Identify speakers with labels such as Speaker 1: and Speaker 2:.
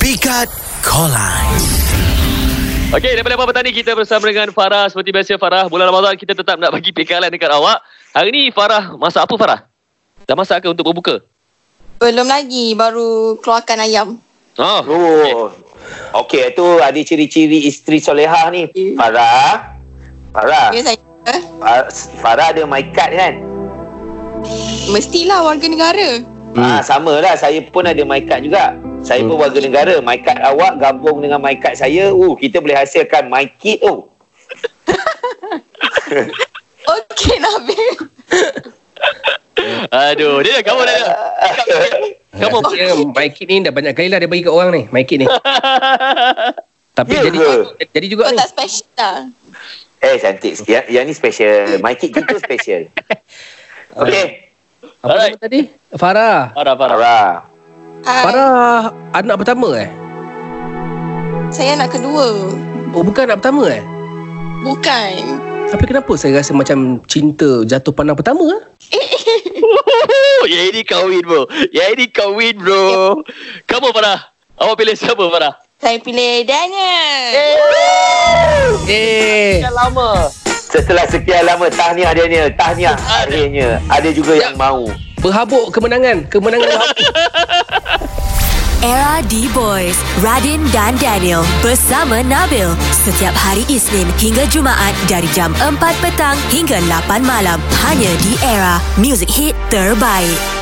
Speaker 1: Pikat Kolan.
Speaker 2: Okey, daripada Puan Petani kita bersama dengan Farah. Seperti biasa Farah, bulan Ramadan kita tetap nak bagi pekalan dekat awak. Hari ni Farah, masak apa Farah? Dah masak ke untuk berbuka?
Speaker 3: Belum lagi baru keluarkan ayam.
Speaker 2: Oh,
Speaker 4: Oh. Okey, itu ada ciri-ciri isteri solehah ni.
Speaker 3: Ya.
Speaker 4: Farah. Farah.
Speaker 3: Ya saya.
Speaker 4: Fa- Farah ada my card kan?
Speaker 3: Mestilah warga negara.
Speaker 4: Hmm. Ah, sama lah. Saya pun ada my card juga. Saya hmm. pun warga negara. My card awak gabung dengan my card saya. Uh, kita boleh hasilkan my oh. kit tu.
Speaker 3: Okey Nabil.
Speaker 2: Aduh, dia dah kamu dah. dah. Kamu.
Speaker 5: Rasanya Mikey ni dah banyak kali lah dia bagi kat orang ni Mikey ni Tapi
Speaker 4: Ya
Speaker 5: jadi
Speaker 4: ke?
Speaker 5: jadi juga
Speaker 3: Kau
Speaker 5: ni
Speaker 3: tak special lah.
Speaker 4: Eh, cantik. Yang, yang ni special. My kit kita special. Okey.
Speaker 5: Apa
Speaker 2: Alright.
Speaker 5: nama tadi? Farah
Speaker 2: Farah, Farah.
Speaker 4: Farah.
Speaker 3: Hai,
Speaker 5: Farah anak pertama eh?
Speaker 3: Saya anak kedua.
Speaker 5: Oh bukan anak pertama eh?
Speaker 3: Bukan.
Speaker 5: Tapi kenapa saya rasa macam cinta jatuh pandang pertama eh?
Speaker 2: Oh, yang ini kau win bro. Yang ini kau win bro. Kamu Farah. Awak pilih siapa Farah?
Speaker 3: Saya pilih Daniel.
Speaker 5: Eh
Speaker 4: Setelah sekian lama, tahniah Daniel. Tahniah akhirnya. Ada juga yang mau.
Speaker 5: Berhabuk kemenangan Kemenangan berhabuk
Speaker 6: Era D-Boys, Radin dan Daniel bersama Nabil setiap hari Isnin hingga Jumaat dari jam 4 petang hingga 8 malam hanya di Era Music Hit Terbaik.